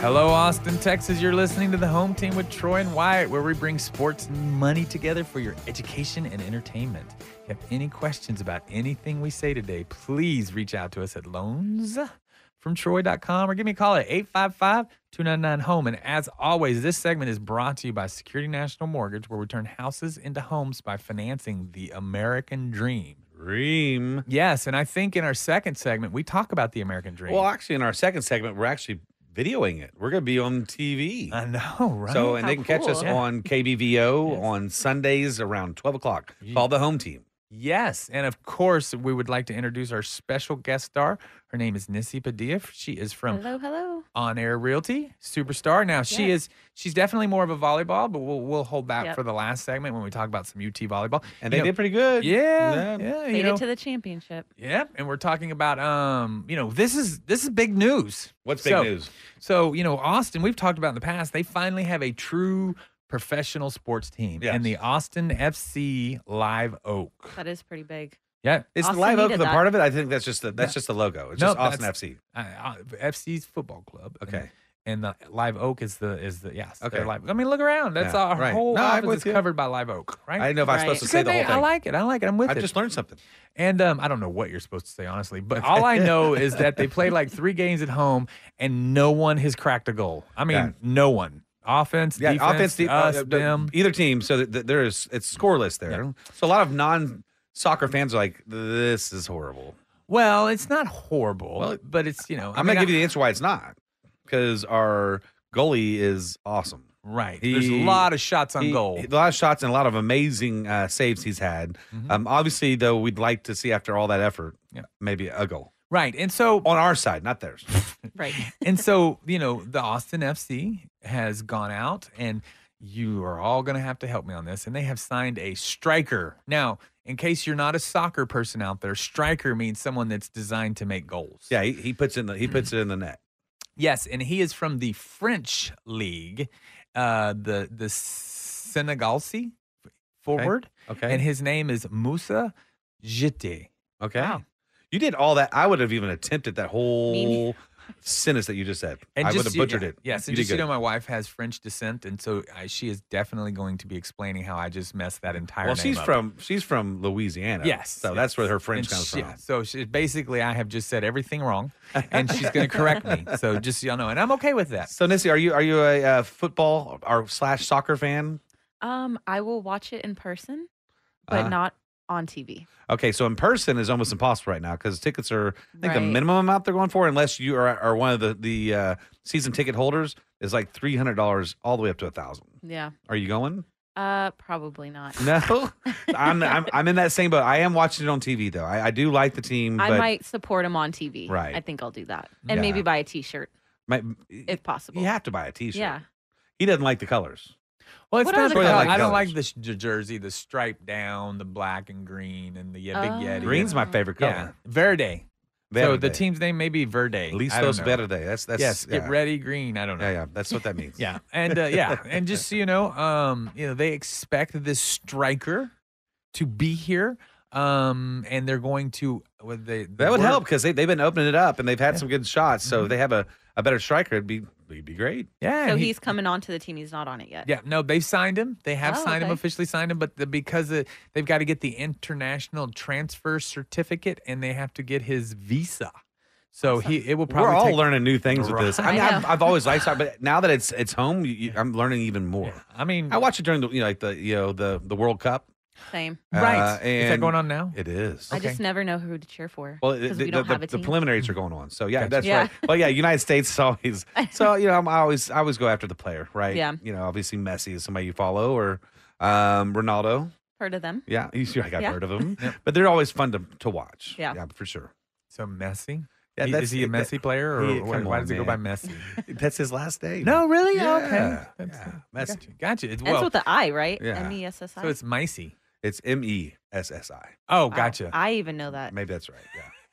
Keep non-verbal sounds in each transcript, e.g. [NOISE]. Hello, Austin, Texas. You're listening to the home team with Troy and Wyatt, where we bring sports and money together for your education and entertainment. If you have any questions about anything we say today, please reach out to us at loansfromtroy.com or give me a call at 855 299 home. E. And as always, this segment is brought to you by Security National Mortgage, where we turn houses into homes by financing the American dream. Dream. Yes, and I think in our second segment, we talk about the American dream. Well, actually, in our second segment, we're actually videoing it. We're going to be on TV. I know, right? So, and How they can catch us cool. on KBVO on Sundays around 12 o'clock. Call the home team. Yes. And of course, we would like to introduce our special guest star. Her name is Nissi Padilla. She is Oh. from Hello, hello. On Air Realty, superstar. Now, she Yes. is, she's definitely more of a volleyball, but we'll, we'll hold back Yep. for the last segment when we talk about some UT volleyball. And You they know, did pretty good. Yeah. Yeah. Made You know, it to the championship. yeah. And we're talking about, um, you know, this is, this is big news. What's big So- news? So, you know, Austin, we've talked about in the past, they finally have a true professional sports team Yes. in the Austin FC Live Oak. That is pretty [LAUGHS] big. Yeah. It's Austin the live oak, the needed that. part of it. I think that's just the, that's just the logo. It's No, just Austin that's- FC. uh, uh, FC's football club. and- Okay. And, the Live Oak is the is the yes. they're Okay. Live. I mean, look around. That's Yeah, our right. whole No, I'm office with is you. covered by Live Oak, right? I didn't know if I was Right. supposed to It's a say good the whole name. thing. I like it. I like it. I'm with I've it. just learned something. and um, I don't know what you're supposed to say honestly, but [LAUGHS] all I know is that they played like three games at home, and no one has cracked a goal. I mean, Yeah. no one. Offense, Yeah, defense, offense, de- uh, us, uh, the- them. either team. So that that there is it's scoreless there. So a lot of non soccer fans are like, this is horrible. Well, it's not horrible, Well, but it's you know. I'm gonna give you the answer why it's not because our goalie is awesome. right. There's a He- lot of shots on He- goal. A lot of shots and a lot of amazing uh, saves he's had. Um, obviously, though, we'd like to see after all that effort, Mm-hmm. Yeah. maybe a goal right, and so on our side, not theirs. Right. and so you know the austin fc has gone out and you are all going to have to help me on this and they have signed a striker now in case you're not a soccer person out there striker means someone that's designed to make goals yeah, he, he puts in the he puts it in the net. yes and he is from the french league uh the the senegalese forward Okay, and his name is musa jite okay. You did all that. I would have even attempted that whole Me- sentence that you just said. And I just would have so you- butchered it. Yes, you and just so did you know, good. my wife has French descent, and so I, she is definitely going to be explaining how I just messed that entire. Well, name she's up. from she's from Louisiana. Yes, so that's where her French And comes she- from. yeah, so she, basically, I have just said everything wrong, and she's [LAUGHS] going to correct me. So just so y'all know, and I'm okay with that. So Nissi, are you are you a uh, football or slash soccer fan? Um, I will watch it in person, but Uh-huh. not on TV. Okay, so in person is almost impossible right now because tickets are. I think the Right. minimum amount they're going for, unless you are, are one of the the uh, season ticket holders, is like three hundred dollars all the way up to a thousand. Yeah. Are you going? [LAUGHS] Uh, probably not. No, I'm, I'm I'm in that same boat. I am watching it on TV though. I, I do like the team. I but might support him on TV. Right. I think I'll do that, and Yeah. maybe buy a T-shirt might- if possible. you have to buy a T-shirt. Yeah. he doesn't like the colors. Well, it's What not. are the about- colors? I don't like the, sh- the jersey, the stripe down, the black and green, and the yeah, big Oh. yeti. Green's my favorite color. yeah, Verde. So the Verde. team's name may be Verde. I don't Listos know. Verde. That's that's Yes, get yeah. ready, green. I don't know. Yeah, yeah, that's what [LAUGHS] that means. Yeah, and uh, yeah, and just so you know, um, you know they expect this striker to be here, um, and they're going to well, they, that would we're- Mm-hmm. help because they they've been opening it up and they've had some good shots. So if they have a a better striker, it'd be be We'd be great. Yeah. So and he- he's coming on to the team. He's not on it yet. Yeah, no, they've signed him. They have Oh, signed him, okay. officially signed him, but the, because of, they've got to get the international transfer certificate and they have to get his visa. So he it will probably We're all take, learning new things with this. I mean, I I've, know. I've always liked [LAUGHS] soccer, but now that it's it's home, you, you, I'm learning even more. I mean, I watch it during the you know like the you know the the World Cup. Same. right? uh, Is that and- going on now? It is. I just never know who to cheer for. Well, the, because the, we don't the- have a the team. preliminaries are going on, so yeah, Gotcha. that's Yeah. right. Well, yeah, United States is [LAUGHS] always so you know I'm I always I always go after the player, right? Yeah. you know obviously Messi is somebody you follow or um, Ronaldo. Heard of them? Yeah, you see, I got Yeah. heard of [LAUGHS] him, but they're always fun to to watch. Yeah. for sure. So Messi? Yeah, He- that's- is he a that- Messi player or Yeah, why, come why on, does he go by man. Messi? [LAUGHS] That's his last name. no, really? Yeah, okay. That's, yeah, Messi. Messi. Gotcha. gotcha. It's, That's well, with the I, right? Yeah. M E S S I. so it's Micey. It's M E S S I. Oh, Wow. gotcha. I even know that. Maybe that's right.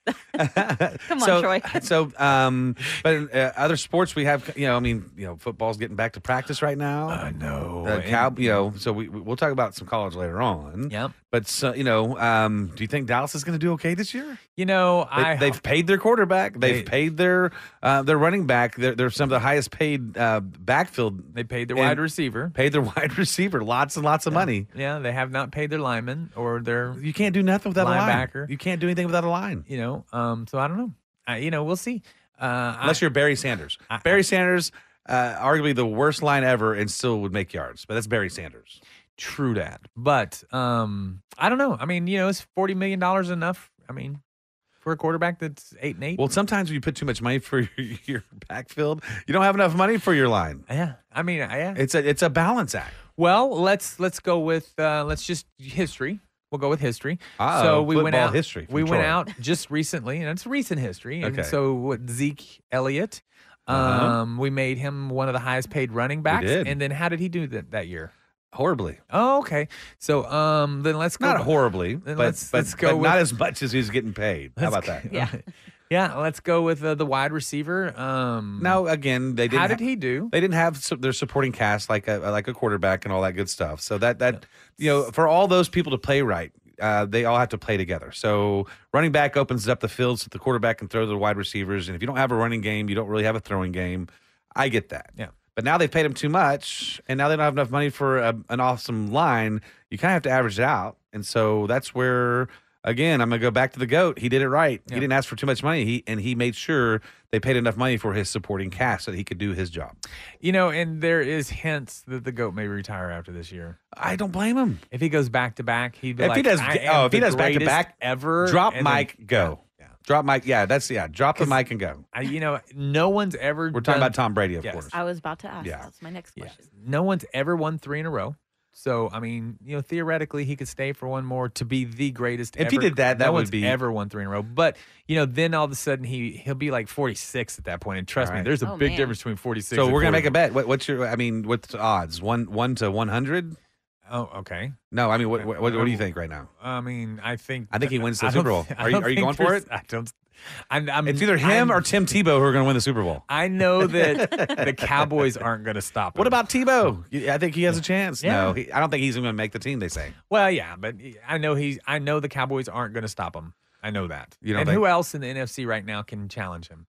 [LAUGHS] Yeah. Come on, so, Troy. So, um, but uh, other sports we have, you know, I mean, you know, football's getting back to practice right now. know. the cow, you know, mm. so we we- we'll talk about some college later on. Yeah. But so, you know, um, do you think Dallas is going to do okay this year? You know, They, I they've paid their quarterback. They've They- paid their uh, their running back. They're, they're some of the highest paid uh, backfield. they paid their and- wide receiver. Paid their [LAUGHS] wide receiver lots and lots of money. Yeah, they have not paid their lineman or their You can't do nothing without a line. Linebacker. You can't do anything without a line. you know. Um, so I don't know. I, you know, we'll see. Uh, unless you're Barry Sanders. I- Barry Sanders, uh, arguably the worst line ever, and still would make yards. But that's Barry Sanders. true that, but um, I don't know. I mean, you know, is forty million dollars enough? I mean, for a quarterback that's eight and eight. Well, sometimes when you put too much money [LAUGHS] for your, your backfield, you don't have enough money for your line. yeah, I mean, yeah. It's a it's a balance act. Well, let's let's go with uh, let's just history. We'll go with history. Uh-oh, so we went Ah, football out. history from We went Troy. out just recently, and it's recent history. And Okay. so what Zeke Elliott, um, Uh-huh. we made him one of the highest paid running backs. did. And then how did he do that that year? Horribly, Oh, okay. So um, then let's go. not b- horribly, Then but let's- but, let's go but not with- as much as he's getting paid. How about Let's that? go- [LAUGHS] yeah. Let's go with uh, the wide receiver. Um, Now again, they didn't. how did ha- he do? They didn't have su- their supporting cast like a like a quarterback and all that good stuff. So that that you know, for all those people to play right, uh, they all have to play together. So running back opens up the field so the quarterback can throw to the wide receivers, and if you don't have a running game, you don't really have a throwing game. I get that. Yeah. But now they've paid him too much, and now they don't have enough money for a, an awesome line. You kind of have to average it out, and so that's where. Again, I'm gonna go back to the goat. He did it right. Yeah. He didn't ask for too much money. He and he made sure they paid enough money for his supporting cast so that he could do his job. You know, and there is hints that the goat may retire after this year. I don't blame him. If he goes back to back, he'd be If like, he does, I am oh, if he the does back to greatest back, ever drop and then- mic, go. Yeah. Drop mic, yeah, that's yeah. Drop the 'Cause- mic and go. I, you know, no one's ever. We're talking done- about Tom Brady, of Yes. course. I was about to ask. Yeah. That's my next Yeah. question. No one's ever won three in a row. So I mean, you know, theoretically, he could stay for one more to be the greatest. If he ever. did that, no that would one's be- ever won three in a row. But you know, then all of a sudden he he'll be like 46 at that point. And trust me, Right. there's a Oh, big man. difference between 46. So and we're gonna make 40. a bet. What, what's your? I mean, what's the odds? One one to one hundred? Oh, okay. No, I mean, what, what what do you think right now? I mean, I think I think he wins the I don't Super Bowl. thi- I Are you- don't are you think going for there's- it? I don't. I'm, I'm, It's either him Mm, I'm- or Tim Tebow who are gonna win the Super Bowl. I know that [LAUGHS] the Cowboys aren't going to stop. What him. about Tebow? You- I think he has a chance. Yeah. No, he, I don't think he's even gonna make the team. They say. Well, yeah, but I know he's. I know the Cowboys aren't going to stop him. I know that. You don't and think- who else in the NFC right now can challenge him?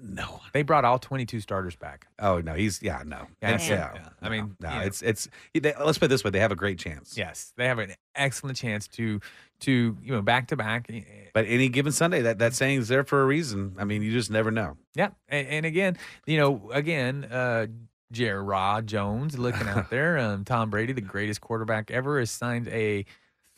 No one. They brought all 22 starters back. Oh no, he's yeah no. Yeah, It's- yeah, yeah. I no, mean, no, you know. it's it's. They, let's put it this way: they have a great chance. Yes, they have an excellent chance to to you know back to back. But any given Sunday, that that saying's there for a reason. I mean, you just never know. Yeah, and, and again, you know, again, uh, Jerrod [LAUGHS] Jones looking out there. Um, Tom Brady, the greatest quarterback ever, has signed a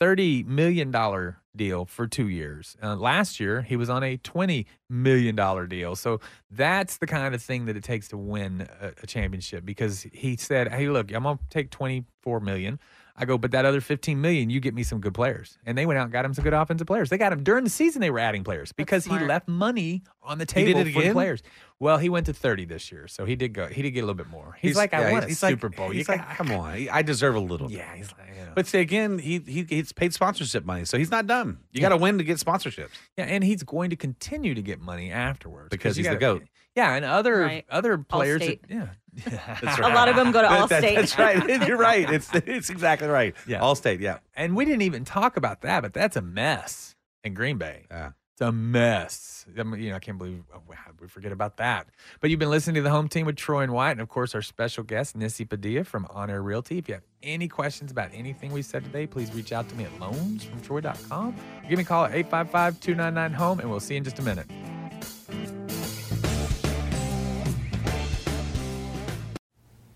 thirty million dollar deal for two years. Uh, last year, he was on a twenty million dollar deal. So that's the kind of thing that it takes to win a, a championship. Because he said, "Hey, look, I'm gonna take twenty four million. I go, but that other fifteen million, you get me some good players." And they went out and got him some good offensive players. They got him during the season. They were adding players because he smart. left money on the He table did it for the again? players. Well, he went to 30 this year, so he did go. He did get a little bit more. He's, like, I yeah, won a he's like- Super Bowl. You He's like, got- come on, I- I deserve a little. bit. yeah, he's like, you know. But see, again, he he gets paid sponsorship money, so he's not dumb. You got to win to get sponsorships. yeah, and he's going to continue to get money afterwards Because you he's the gotta- goat. Yeah, and other Right. other players, that- Allstate. yeah, [LAUGHS] That's A lot of them go to That- Allstate. that- That's [LAUGHS] right. You're right. It's it's exactly right. Yeah. Allstate. Yeah. and we didn't even talk about that, but that's a mess in Green Bay. Yeah. It's a mess. I mean, you know, I can't believe oh, wow, we forget about that. But you've been listening to the home team with Troy and White, and of course, our special guest, Nissi Padilla from On Air Realty. If you have any questions about anything we said today, please reach out to me at loansfromtroy.com. Give me a call at 855 299 home, and we'll see you in just a minute.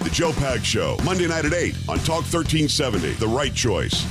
The Joe Pag Show, Monday night at 8 on Talk 1370, The Right Choice.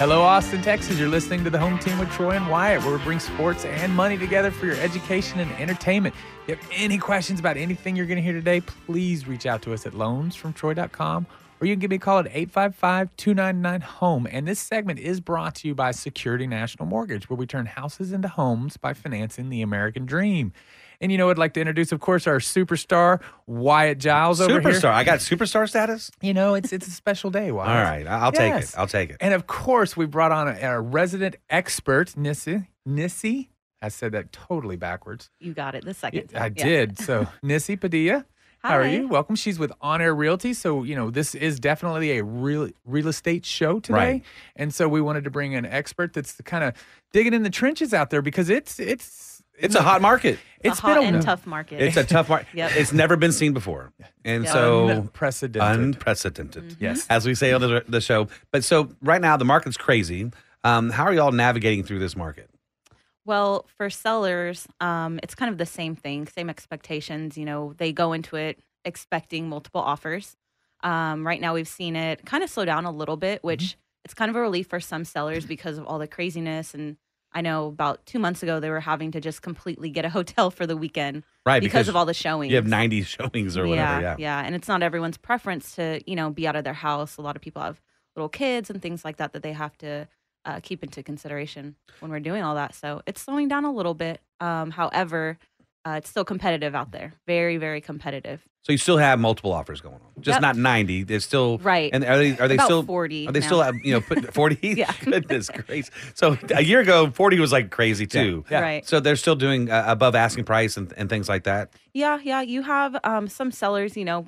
Hello, Austin, Texas. You're listening to the Home Team with Troy and Wyatt, where we bring sports and money together for your education and entertainment. If you have any questions about anything you're going to hear today, please reach out to us at loansfromtroy.com or you can give me a call at 855 299 Home. And this segment is brought to you by Security National Mortgage, where we turn houses into homes by financing the American dream. And you know, I'd like to introduce, of course, our superstar, Wyatt Giles over here. Superstar. I got superstar status. You know, it's it's a special day, Wyatt. All right, I- I'll take Yes. it. I'll take it. And of course, we brought on a, a resident expert, Nissi. Nissi, I said that totally backwards. You got it the second I time. Yeah. did. [LAUGHS] So, Nissi Padilla. How are Hi. you? Welcome. She's with On Air Realty. So, you know, this is definitely a real real estate show today. Right. And so we wanted to bring an expert that's kind of digging in the trenches out there because it's it's It's a hot market. [LAUGHS] It's it's a hot been and a tough market. It's a tough market. Yep. It's never been seen before, and Yeah. Mm-hmm. so unprecedented. unprecedented. Yes. as we say on the, the show. But so right now the market's crazy. Um, how are y'all navigating through this market? [LAUGHS] Well, for sellers, um, it's kind of the same thing, same expectations. You know, they go into it expecting multiple offers. Um, right now, we've seen it kind of slow down a little bit, which it's kind of a relief for some sellers because of all the craziness. And I know about two months ago, they were having to just completely get a [LAUGHS] hotel for the weekend Right, because, of all the showings. you have ninety [LAUGHS] showings or whatever. Yeah, yeah, and it's not everyone's preference to you know be out of their house. A lot of people have little kids and things like that that they have to uh, keep into consideration when we're doing all that. So it's slowing down a little bit. Um, however, uh, it's still competitive out there. Very, very competitive. So you still have multiple offers going on, just Yep. not ninety. They're still Right. And are they are they About still 40 Are they now. still uh, you know [LAUGHS] put forty? Yeah. [LAUGHS] goodness grace. So a year ago, forty was like crazy too. Yeah. Right. So they're still doing uh, above asking price and, and things like that. Yeah, yeah. You have um, some sellers, you know,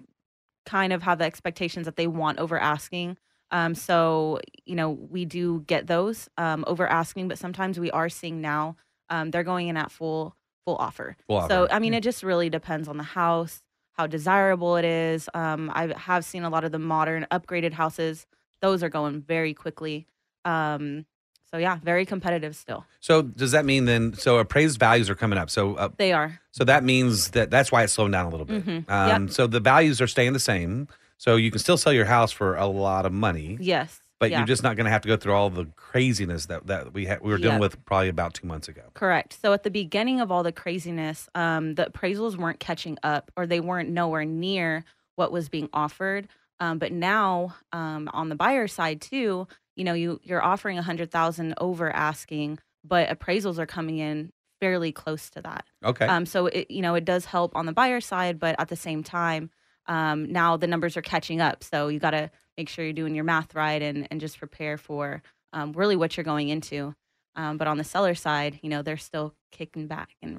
kind of have the expectations that they want over asking. Um, so, you know, we do get those um, over asking, but sometimes we are seeing now um, they're going in at full full offer. Full So, offer. I mean, it just really depends on the house, how desirable it is. Um, I have seen a lot of the modern upgraded houses; those are going very quickly. Um, so, yeah, very competitive still. So does that mean then? So appraised values are coming up. So uh, They are. So that means that that's why it's slowing down a little bit. Mhm. Um, So the values are staying the same. So you can still sell your house for a lot of money, Yes. but yeah. you're just not going to have to go through all the craziness that, that we ha- we were dealing Yep. with probably about two months ago. Correct. So at the beginning of all the craziness, um, the appraisals weren't catching up or they weren't nowhere near what was being offered. Um, but now um, on the buyer side too, you know, you you're offering a hundred thousand over asking, but appraisals are coming in fairly close to that. Okay. Um, [LAUGHS] so it you know it does help on the buyer side, but at the same time, um, now the numbers are catching up. So you got to make sure you're doing your math right and and just prepare for um, really what you're going into. Um, but on the seller side, you know they're still kicking back and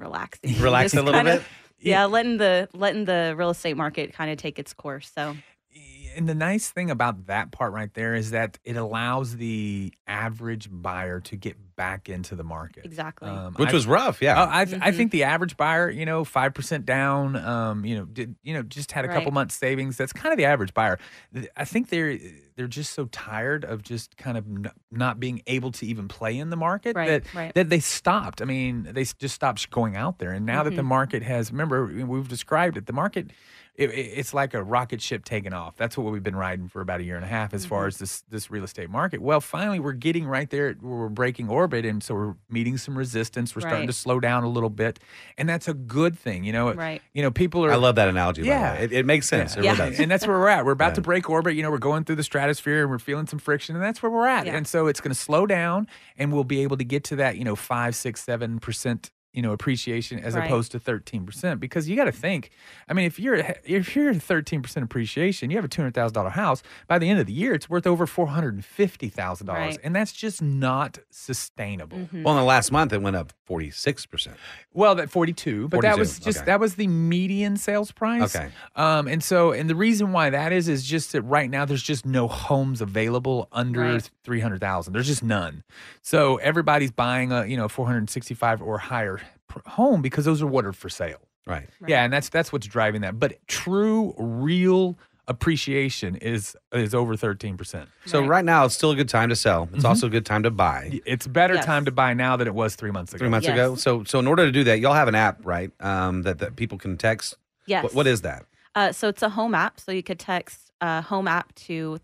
[LAUGHS] relaxing, Relax Just [LAUGHS] a little kinda- bit. Yeah, letting the letting the real estate market kind of take its course. So Eh, and the nice thing about that part right there is that it allows the average buyer to get back into the market. Um, Exactly. which I- was rough. Yeah. I, I, th- Mm-hmm. I think the average buyer, you know, five percent down, um, you know, did you know just had a couple Right. months savings. That's kind of the average buyer. Th- I think they're they're just so tired of just kind of n- not being able to even play in the market Right, that right. that they stopped. I mean, they s- just stopped going out there. And now that the Mm-hmm. market has, remember, we- we've described it. The market, it, it- it's like a rocket ship taking off. That's what we've been riding for about a year and a half as Mm-hmm. far as this this real estate market. Well, finally, we're getting right there. at where We're breaking orbit, and so we're meeting some resistance. We're starting Right. to slow down a little bit, and that's a good thing. You know, It- Right. You know, people are. I love that analogy. Yeah. By the way. It, it makes sense. It Yeah. really And- does. and that's where we're at. We're about to break orbit. You know, we're going through the stratosphere and we're feeling some friction, and that's where we're at. Yeah. And so it's going to slow down, and we'll be able to get to that, you know, five, six, seven percent, you know, appreciation as Right. opposed to thirteen percent. Because you got to think. I mean, if you're if you're thirteen percent appreciation, you have a two hundred thousand dollar house. By the end of the year, it's worth over four hundred and fifty thousand dollars, Right. and that's just not sustainable. Mm-hmm. Well, in the last month, it went up 46%. Well, that 42, but that 42, was just okay. that was the median sales price. Okay. Um and so and the reason why that is is just that right now there's just no homes available under Right. 300,000. There's just none. So everybody's buying a, you know, 465 or higher pr- home because those are what are for sale. Right. Yeah, and that's that's what's driving that. But true real appreciation is is over 13%. So right. Right. now, it's still a good time to sell. Mm-hmm. It's also a good time to buy. It's better Yes. time to buy now than it was 3 months ago. Three months Yes. ago. So, so in order to do that, y'all have an app, right? Um, that, that people can text. Yes. What, what is that? Uh, so it's a home app. So you could text uh, home app to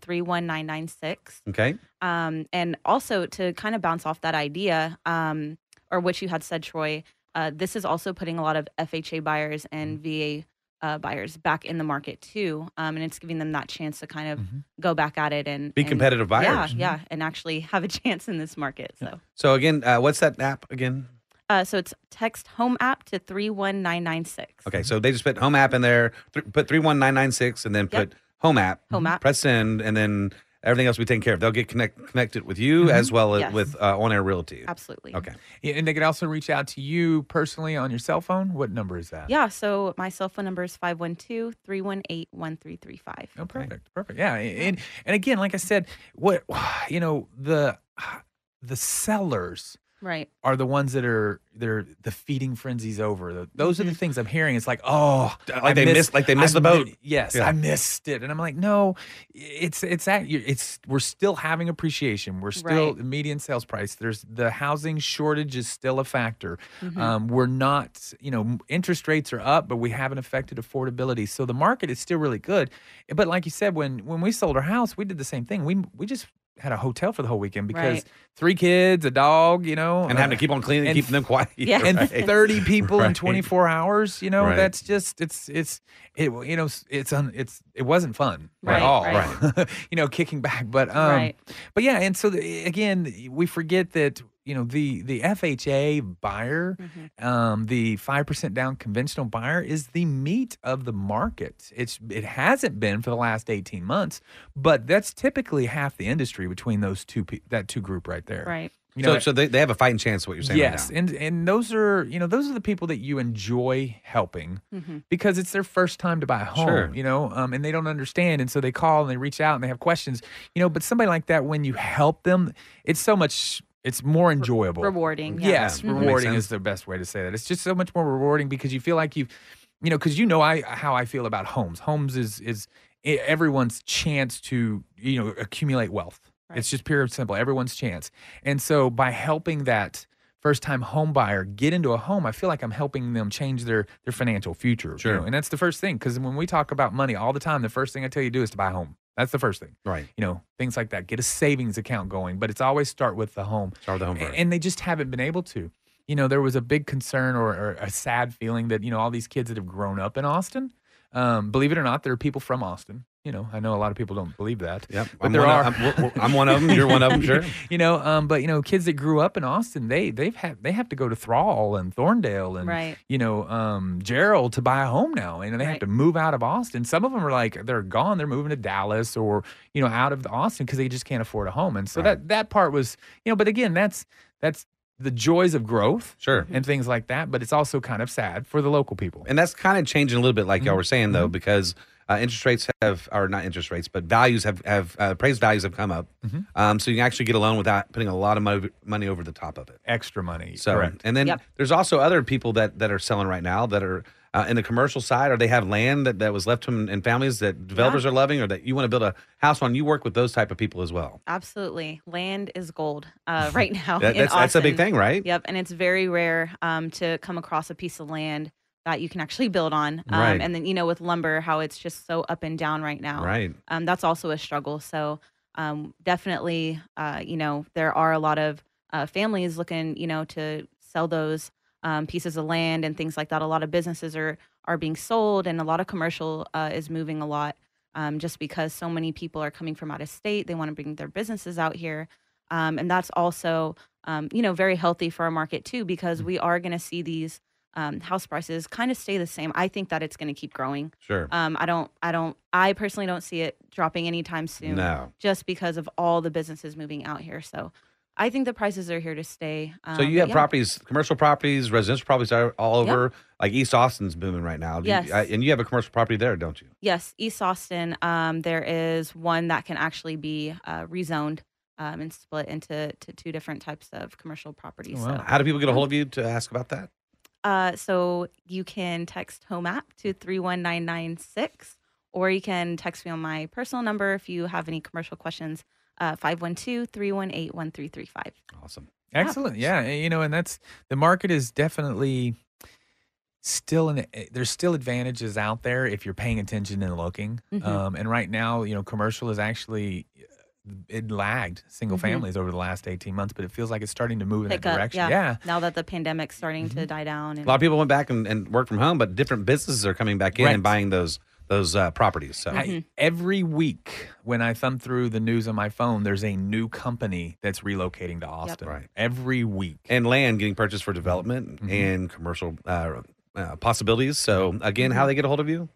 31996. Okay. Um, and also to kind of bounce off that idea, um, or what you had said, Troy, uh, this is also putting a lot of FHA buyers and Mm-hmm. VA uh, buyers back in the market too. Um, and it's giving them that chance to kind of go back at it and Mm-hmm. Be and- competitive buyers. mm-hmm. Yeah, yeah, and actually have a [LAUGHS] chance in this market. So, So again, uh, what's that app again? uh, so it's text home app to 31996. Okay, so they just put home app in there, th- put 31996, and then Yep. put home app. Home app. Press send, and then everything else will be taken care of. They'll get connect- connected with you as well as Mm-hmm. Yes. with uh, On Air Realty. Absolutely. Okay. Yeah, and they can also reach out to you personally on your cell phone. What number is that? Yeah, so my cell phone number is 512 318 1335. Oh, perfect, perfect. Yeah, and and again, like I said, what [SIGHS] you know the [SIGHS] the sellers Right. are the ones that are they're the feeding frenzy's over. The- Those are the things I'm hearing. It's like oh, Mm-hmm. Like they missed- like they missed I the boat. mi- yes, Yeah. I missed it, and I'm like, no, it's it's at you. It's we're still having appreciation. We're still Right. median sales price. There's the housing shortage is still a factor. Mm-hmm. Um, we're not, you know, m- interest rates are up, but we haven't affected affordability. So the market is still really good. Eh, But like you said, when when we sold our house, we did the same thing. We we just had a hotel for the whole weekend because Right. three kids, a dog, you know, And having to keep on cleaning, and- keeping them quiet. Yeah. right? and 30 people in Right. 24 hours you know Right. that's just it's it's it you know it's un, it's it wasn't fun at Right, all right. [LAUGHS] you know kicking back but um Right. but yeah and so the, again we forget that you know the the FHA buyer Mm-hmm. um the 5% down conventional buyer is the meat of the market it's it hasn't been for the last 18 months but that's typically half the industry between those two pe- that two group right there Right. you so know, so they, they have a fighting chance, what you're saying. right yes now. and and those are you know those are the people that you enjoy helping because it's their first time to buy a home Sure. you know um, and they don't understand and so they call and they reach out and they have questions you know but somebody like that when you help them it's so much it's more enjoyable Rewarding. Yeah. yes Mhm. rewarding Makes sense. is the best way to say that it's just so much more rewarding because you feel like you've you know because you know i how i feel about homes homes is is e- everyone's chance to you know accumulate wealth it's just pure and simple everyone's chance and so by helping that first time home buyer get into a home i feel like i'm helping them change their their financial future you Sure. know, and that's the first thing because when we talk about money all the time the first thing i tell you to do is to buy a home that's the first thing Right. you know things like that get a savings account going but it's always start with the home Start with the home a- first. and they just haven't been able to. You know, there was a big concern or, or a sad feeling that you know all these kids that have grown up in Austin. Um, believe it or not, there are people from Austin. You know, I know a lot of people don't believe that. Yep. but I'm there one are. Of, I'm, we're- we're- I'm one of them. You're one [LAUGHS] of them, sure. you know, um, but you know, kids that grew up in Austin, they they've had they have to go to Thrall and Thorndale and Right. you know um, Gerald to buy a home now, and they have Right. to move out of Austin. Some of them are like they're gone, they're moving to Dallas or you know out of Austin because they just can't afford a home, and so that that part was you know, but again, that's that's the joys of growth Sure. and things like that, but it's also kind of sad for the local people. And that's kind of changing a little bit, like y'all were saying, though, because Uh, interest rates have, or not interest rates, but values have have uh, appraised values have come up. Um, so you can actually get a loan without putting a lot of mo- money over the top of it. Extra money. So, Correct. and then Yep. there's also other people that that are selling right now that are uh, in the commercial side, or they have land that, that was left to them in families that developers are loving, or that you want to build a house on. You work with those type of people as well. Absolutely. Land is gold [LAUGHS] uh, right now. That- in that's that's a big Austin. thing, right? Yep, and it's very rare um, to come across a piece of land that you can actually build on. Um, Right. And then you know with lumber, how it's just so up and down right now. Right. Um, that's also a struggle. So um, definitely, uh, you know, there are a lot of uh, families looking, you know, to sell those um, pieces of land and things like that. A lot of businesses are are being sold, and a lot of commercial uh, is moving a lot. Um, just because so many people are coming from out of state, they want to bring their businesses out here, um, and that's also um, you know, very healthy for our market too, because we are going to see these um, house prices kind of stay the same. I think that it's going to keep growing. Sure. Um, I don't, I don't, I personally don't see it dropping anytime soon. No. Just because of all the businesses moving out here. So I think the prices are here to stay. Um, So you but have yeah. properties, commercial properties, residential properties are all Yep. over. Like East Austin's booming right now. Do you- Yes. uh, and you have a commercial property there, don't you? Yes, East Austin. Um, there is one that can actually be uh, rezoned um, and split into to two different types of commercial properties. Oh, wow. So How do people get a hold of you to ask about that? Uh, so you can text home app to 31996, or you can text me on my personal number if you have any commercial questions, uh, 512 318 1335. Awesome. Excellent. Yeah. and, You know, and that's the market is definitely still in a- there's still advantages out there if you're paying attention and looking. Mhm. Um, and right now, you know, commercial is actually eh, it lagged single Mhm. families over the last 18 months, but it feels like it's starting to move in Pick that up, direction. yeah. yeah. Mm-hmm. Now that the pandemic's starting to die A down, and lot of people went back and, and worked from home, but different businesses are coming back in Right. and buying those those uh, properties. So Mm-hmm. I- every week when I thumb through the news on my phone, there's a new company that's relocating to Austin. Right. Every week. and land getting purchased for development and commercial uh, uh, possibilities. So again, how they get a hold of you?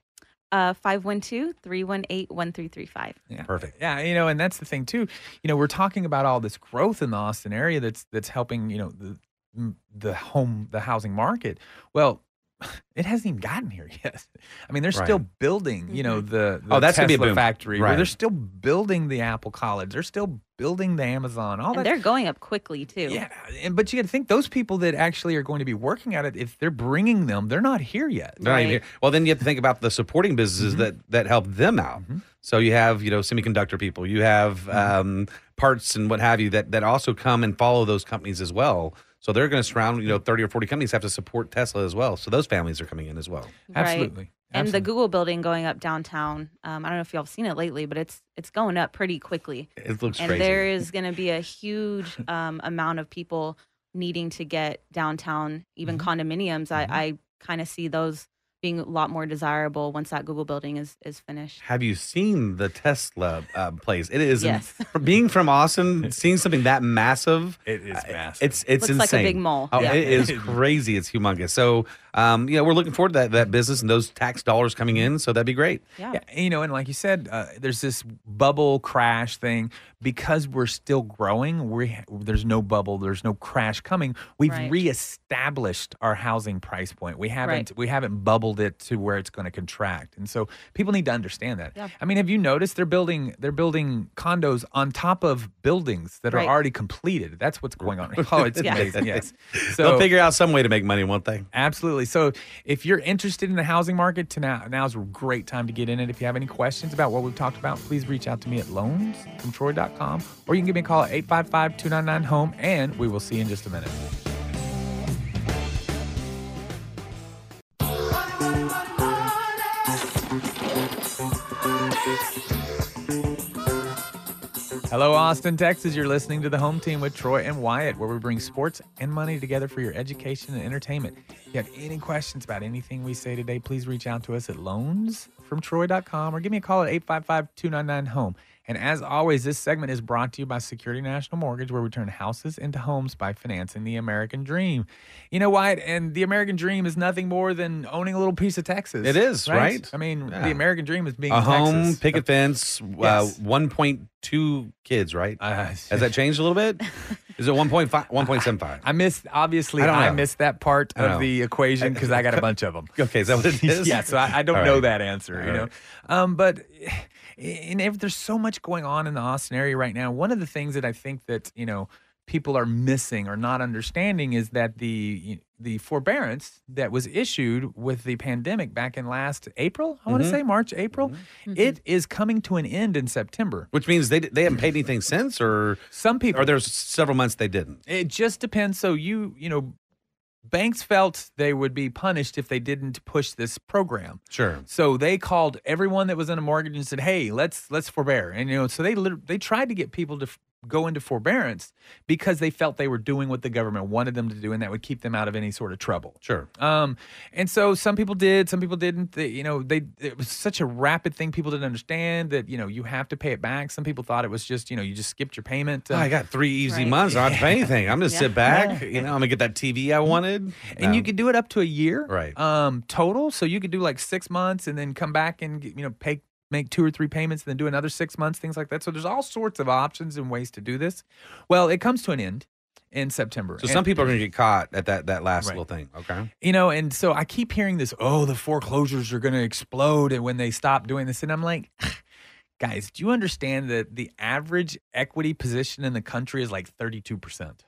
Uh, 512 318 1335. Yeah. Perfect. Yeah, you know, and that's the thing too. You know, we're talking about all this growth in the Austin area that's that's helping, you know, the m- the home the housing market. Well, [LAUGHS] it hasn't even gotten here [LAUGHS] yet. I mean, they're still building, you know, the, the Oh, that's gonna Tesla be a boom. factory. Where Right. they're still building the Apple College. They're still building the Amazon. All And that they're going up quickly, too. Oh, Yeah, and but you got to think those people that actually are going to be working at it, if they're bringing them, they're not here yet. They're not even Right. Mm-hmm. here. Well, then you have to think about the supporting businesses that that help them out. So you have you know semiconductor people, you have Mm-hmm. um, parts and what have you that that also come and follow those companies as well. So they're going to surround you know thirty or forty companies have to support Tesla as well. So those families are coming in as well. Absolutely. And the Absolutely. Google building going up downtown. Um, I don't know if y'all have seen it lately, but it's it's going up pretty quickly. It looks and crazy. there is going to be a huge um, amount of people needing to get downtown, even Mm-hmm. condominiums. I, I kind of see those being a lot more desirable once that Google building is is finished. have you seen the Tesla uh, place? It is Yes. for being from [LAUGHS] Austin, seeing something that massive. It is uh, massive. It's it's Looks like a insane. big mall. Oh, Yeah. [LAUGHS] It is crazy. It's humongous. So, um, you know, we're looking forward to that that business and those tax dollars coming in. So that'd be great. Yeah. Yeah, and, you know, and like you said, uh, there's this bubble crash thing because we're still growing. We ha- there's no bubble, there's no crash coming. We've Right. reestablished our housing price point. We haven't Right. we haven't bubbled it to where it's going to contract, and so people need to understand that. Yeah. I mean, have you noticed they're building they're building condos on top of buildings that Right. are already completed? That's what's going [LAUGHS] on. Oh, it's Yeah. amazing. [LAUGHS] Yes, They'll figure out some way to make money, won't they? Absolutely. So, if you're interested in the housing market, to now now's a great time to get in it. If you have any questions about what we've talked about, please reach out to me at loansfromtroy.com or you can give me a call at 855 299 home, and we will see you in just a minute. Hello, Austin, Texas. You're listening to the home team with Troy and Wyatt, where we bring sports and money together for your education and entertainment. If you have any questions about anything we say today, please reach out to us at loansfromtroy.com or give me a call at 855 299 home. And as always, this segment is brought to you by Security National Mortgage, where we turn houses into homes by financing the American dream. You know, Wyatt, and the American dream is nothing more than owning a little piece of Texas. It is, right? I mean, Yeah. the American dream is being a in home, Texas. picket fence, Yes. uh, 1.2 kids, right? Uh, Has that changed a little bit? Is it 1.5, 1.75? [LAUGHS] I missed obviously I don't I, know. missed that part I of know. the equation because I got a bunch of [LAUGHS] [LAUGHS] them. Okay, is that what it is? yeah, so I, I don't All know right. that answer, you All know. right. Um, but [SIGHS] and if there's so much going on in the Austin area right now, one of the things that I think that you know people are missing or not understanding is that the the forbearance that was issued with the pandemic back in last April, I want Mm-hmm. to say March, April, it is coming to an end in September. Which means they they haven't paid anything since, or Some people or there's several months they didn't. It just depends. So you, you know, banks felt they would be punished if they didn't push this program. Sure. So they called everyone that was in a mortgage and said, "Hey, let's let's forbear." And you know, so they lit- they tried to get people to f- go into forbearance because they felt they were doing what the government wanted them to do, and that would keep them out of any sort of trouble. Sure. Um, and so some people did, some people didn't. They, you know, they it was such a rapid thing. People didn't understand that you know you have to pay it back. Some people thought it was just you know you just skipped your payment. um, Oh, I got three easy Right. months. I don't [LAUGHS] have to pay anything. I'm gonna Yeah. sit back. You know, I'm gonna get that TV I wanted. and you No. could do it up to a year Um, Right. um total so you could do like six months and then come back and get- you know pay make two or three payments and then do another six months things like that so there's all sorts of options and ways to do this well it comes to an end in september So And- some people are gonna get caught at that that last Right. little thing. Okay. you know and so i keep hearing this oh the foreclosures are going to explode and when they stop doing this and i'm like [SIGHS] guys do you understand that the average equity position in the country is like 32%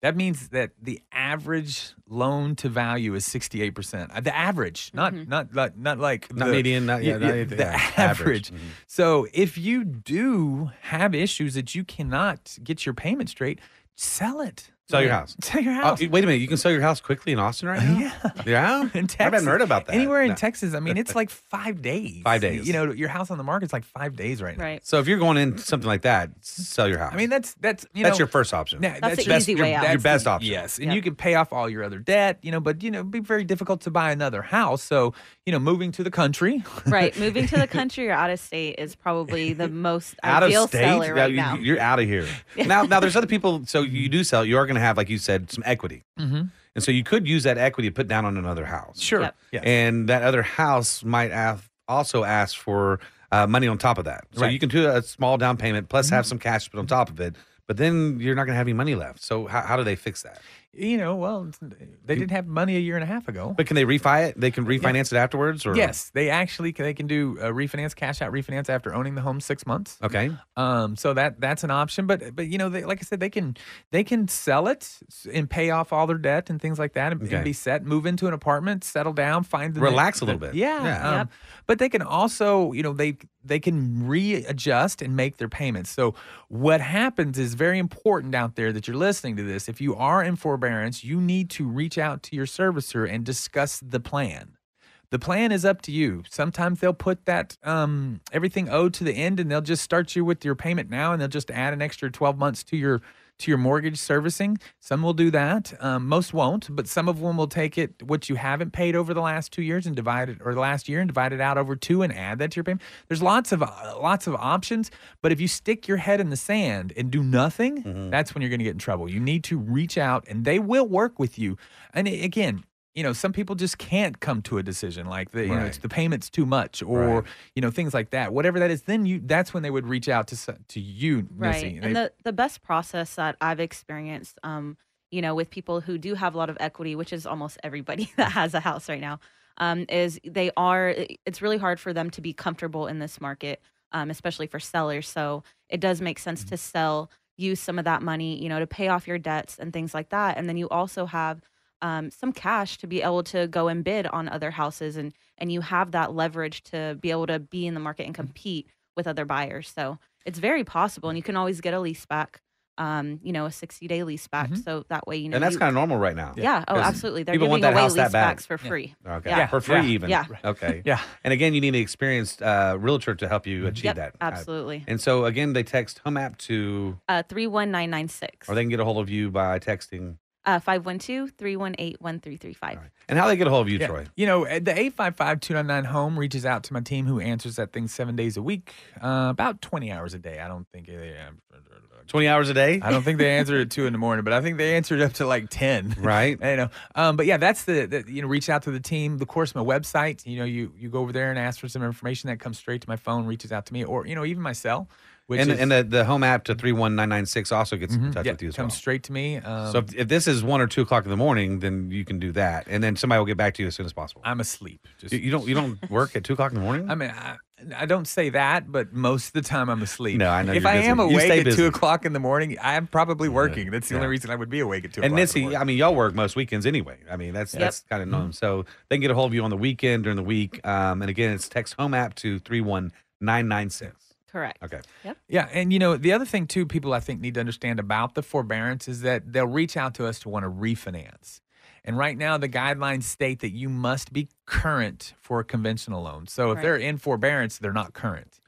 that means that the average loan to value is 68% Uh, the average not not like not like Not the- median, not- yeah, y- not y- anything, the [LAUGHS] yeah, average. average, Mhm. so if you do have issues that you cannot get your payment straight sell it Sell your house. sell your Oh, house wait a minute. You can sell your house quickly in Austin right [LAUGHS] now. yeah Yeah. in Texas. I haven't heard about that Anywhere in No. Texas, I mean, [LAUGHS] it's like five days. Five days. You know, your house on the market's like five days right now. Right. So if you're going in something like that, sell your house. I mean, that's that's you that's know, [LAUGHS] your first option. now, That's the your- easy way out. that's Your best the- option. Yes, and Yeah. you can pay off all your other debt. You know, but you know, it'd be very difficult to buy another house. So you know, moving to the country. [LAUGHS] right. [LAUGHS] Moving to the country or out of state is probably the most out ideal of state, seller Yeah, right you- now. you're out of [LAUGHS] here. now, now there's other people. So you do sell. You are going to have, like you said, some equity, Mhm. and so you could use that equity to put down on another house. Sure. Yep. Yes. and that other house might af- also ask for uh, money on top of that. So Right. Mm-hmm. you can do a small down payment plus have some cash put on top of it, but then you're not going to have any money left. So how, how do they fix that? you know, well, they didn't have money a year and a half ago. But can they refi it? They can refinance it afterwards, or yes, they actually can- they can do a refinance, cash out refinance after owning the home six months. Okay, Um, so that that's an option, but but you know, they, like I said, they can they can sell it s- and pay off all their debt and things like that, and, and Okay. be set, move into an apartment, settle down, find the Relax a the- little bit. Yeah, Yeah. um, Yep. but they can also, you know, they they can readjust and make their payments. So what happens is very important out there that you're listening to this. If you are in forbearance, you need to reach out to your servicer and discuss the plan the plan is up to you. Sometimes they'll put that um, everything owed to the end, and they'll just start you with your payment now, and they'll just add an extra twelve months to your to your mortgage servicing. Some will do that. Um, most won't, but some of them will take it what you haven't paid over the last two years and divide it, or the last year and divide it out over two and add that to your payment. There's lots of uh, lots of options, but if you stick your head in the sand and do nothing, that's when you're going to get in trouble. You need to reach out, and they will work with you. And a- again, you know some people just can't come to a decision like the, you know, Right. it's the payments too much or Right. you know things like that whatever that is then you that's when they would reach out to s- to you Missy. Right. They- And the, the best process that I've experienced, um, you know, with people who do have a lot of equity, which is almost everybody [LAUGHS] that has a house right now, um, is they are, it- it's really hard for them to be comfortable in this market, um, especially for sellers. So it does make sense Mm. to sell, use some of that money, you know, to pay off your debts and things like that. And then you also have, um, some cash to be able to go and bid on other houses and and you have that leverage to be able to be in the market and Mm-hmm. compete with other buyers so it's very possible and you can always get a lease back um, you know a 60 day lease back so that way you know Mm-hmm. and that's you- kind of normal right now. yeah oh 'Cause absolutely they're people giving want that away house lease that bad. backs for free Okay, Yeah. for free Yeah. even. Yeah. [LAUGHS] Okay. yeah And again, you need an experienced uh, realtor to help you achieve Mm-hmm. yep that. Uh, absolutely And so again, they text home app to, uh, 31996 or they can get a hold of you by texting. uh, 512 318 1335 And how they get a hold of you, Yeah. Troy? You know, at the 855 299 home reaches out to my team who answers that thing seven days a week, uh, about 20 hours a day. I don't think they, Twenty hours a day, I don't think they answered at two in the morning, but I think they answered up to like 10. right? I know. Um, but yeah, that's the, the you know reach out to the team. The course, my website. You know, you you go over there and ask for some information that comes straight to my phone, reaches out to me, or you know even my cell. [LAUGHS] Which and is- and the, the home app to 31996 also gets in Mhm. touch Yeah, with you as comes well. straight to me. Um, so if, if this is one or two o'clock in the morning, then you can do that, and then somebody will get back to you as soon as possible. I'm asleep. Just, You, you don't you don't work at two o'clock in the morning? I mean, I, I don't say that, but most of the time I'm asleep. No, I know If you're I am busy. You awake stay at busy. two o'clock in the morning, I'm probably working. That's the Yeah. only reason I would be awake at two. and o'clock in the Nissy, morning. I mean, y'all work most weekends anyway. I mean, that's Yep. that's kind of known. So they can get a hold of you on the weekend during the week. Um, and again, it's text home app to three one nine nine six. Correct. Okay. Yeah, and you know the other thing too, people I think need to understand about the forbearance is that they'll reach out to us to want to refinance. And right now, the guidelines state that you must be current for a conventional loan. So if Right. they're in forbearance, they're not current.